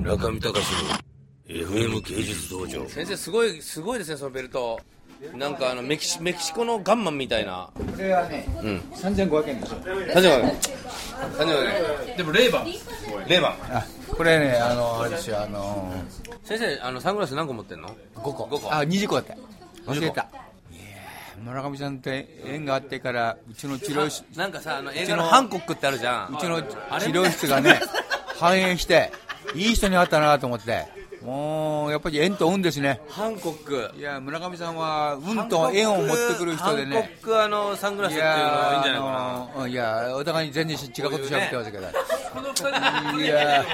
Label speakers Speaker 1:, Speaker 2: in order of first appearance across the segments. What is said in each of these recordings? Speaker 1: 中見隆の FM 芸術道場
Speaker 2: 先生すごいすごいですねそのベルトなんかあのメキシメキシコのガンマンみたいな
Speaker 3: これはね、三千五百円でしょ。
Speaker 2: 大丈夫大丈夫でもレイバンレイバン
Speaker 3: あ、これね、あの、あれですよ、あの
Speaker 2: 先生あのサングラス何個持ってんの
Speaker 3: 五個。
Speaker 2: 五個
Speaker 3: あ、二十個だった。忘れた。いやー、村上さんって縁があってから、うちの治療室、
Speaker 2: なんかさあの映画のハンコックってあるじゃん
Speaker 3: うちの治
Speaker 2: あれ
Speaker 3: 療室がね、繁栄して、いい人に会ったなと思って。もう、やっぱり縁と運ですね。
Speaker 2: ハンコック
Speaker 3: いや、村上さんは運と縁を持ってくる人
Speaker 2: ハ
Speaker 3: で
Speaker 2: ンコ
Speaker 3: ね。
Speaker 2: ックあのサングラスっていうのはいいんじゃないかな
Speaker 3: ーあのーいや、お互いに全然違うこと喋ってますけど。
Speaker 4: この二人の
Speaker 3: いやー
Speaker 4: 俺人の話意見に聞かないから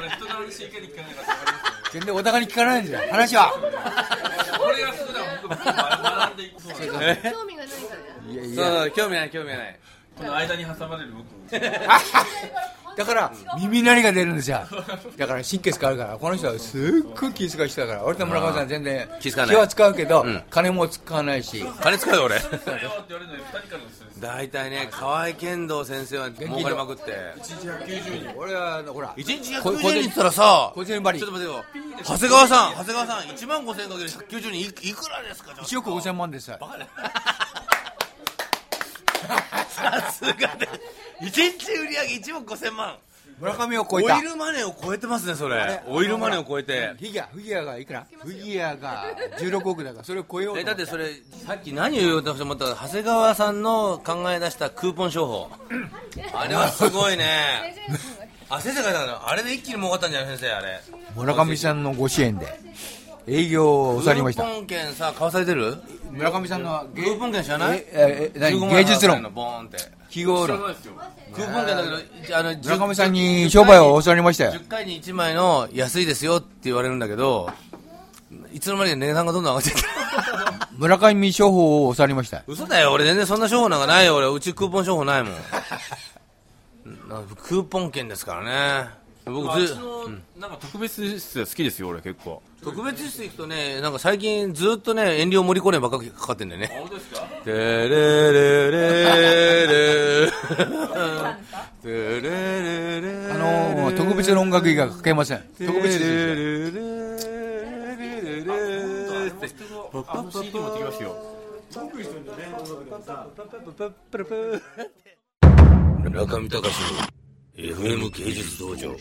Speaker 3: 全然お互いに聞かないんですよ、話は。
Speaker 4: 俺が普段僕は学んでいくそうなんで
Speaker 5: 興味がないから
Speaker 3: いやい
Speaker 2: そう
Speaker 3: や。
Speaker 2: そう興味ない興味ない
Speaker 4: この間に挟まれる僕
Speaker 3: だから耳鳴りが出るんですよだから神経使うからこの人はすっごい気遣い人だから俺と村上さん全然
Speaker 2: 気遣わない
Speaker 3: は使うけど、
Speaker 2: うん
Speaker 3: 金も使わないし
Speaker 2: 金使う よ俺
Speaker 4: だよって言われるのに二人からのストレス
Speaker 2: 大体ね河合健道先生は儲かりまくって
Speaker 3: 俺はあのほら
Speaker 2: 一日
Speaker 3: こ
Speaker 2: 190人って言ったらさ
Speaker 3: 小銭針
Speaker 2: ちょっと待てよ長谷川さん長谷川さん1万5000円かける190人いくいくらですかちょっと
Speaker 3: 1億5000万ですよ
Speaker 2: バカだよさすがで一日売り上げ1万5000万
Speaker 3: 村上を超
Speaker 2: オ
Speaker 3: えた
Speaker 2: イルマネーを超えてますねそれ
Speaker 3: れ
Speaker 2: オイルマネーを超えて
Speaker 3: フィギュアフィギュアがいくらフィギュアが16億だからそれを超えようと
Speaker 2: え
Speaker 3: 思
Speaker 2: だ
Speaker 3: っ
Speaker 2: って
Speaker 3: て
Speaker 2: それさっき何を言おうと思ったか長谷川さんの考え出したクーポン商法あれはすごい ねあ先生が言ったんだあれで一気に儲かったんじゃない先生あれ
Speaker 3: 村上さんのご支援で営業を抑えまし
Speaker 2: ク
Speaker 3: た
Speaker 2: ーポン券さ買わされてる
Speaker 3: 村上さんの
Speaker 2: クーポン券知らない
Speaker 3: えええ何
Speaker 2: 15万
Speaker 3: 芸術
Speaker 2: 払うの
Speaker 3: 論
Speaker 2: ボーンって
Speaker 3: 記号論
Speaker 2: クーポン券だけどあの10
Speaker 3: 村上さんに商売を教わりましたよ
Speaker 2: 10回に1枚の安いですよって言われるんだけどいつの間にか値段がどんどん上がってきた
Speaker 3: 村上商法を教わりました
Speaker 2: 嘘だよ俺全然そんな商法なんかないよ俺うちクーポン商法ないもん なクーポン券ですからね僕ず
Speaker 4: なんか特別室好きですよ俺結構
Speaker 2: 特別室行くとねなんか最近ずっとね遠慮森コネばっかりかかってんだよ ね
Speaker 4: 本当ですか
Speaker 2: テレレレレ テレレレレ
Speaker 3: あの特別の音楽以外はかけません特別です
Speaker 4: あの CD 持ってきましたよ
Speaker 1: 中見隆の FM 芸術道場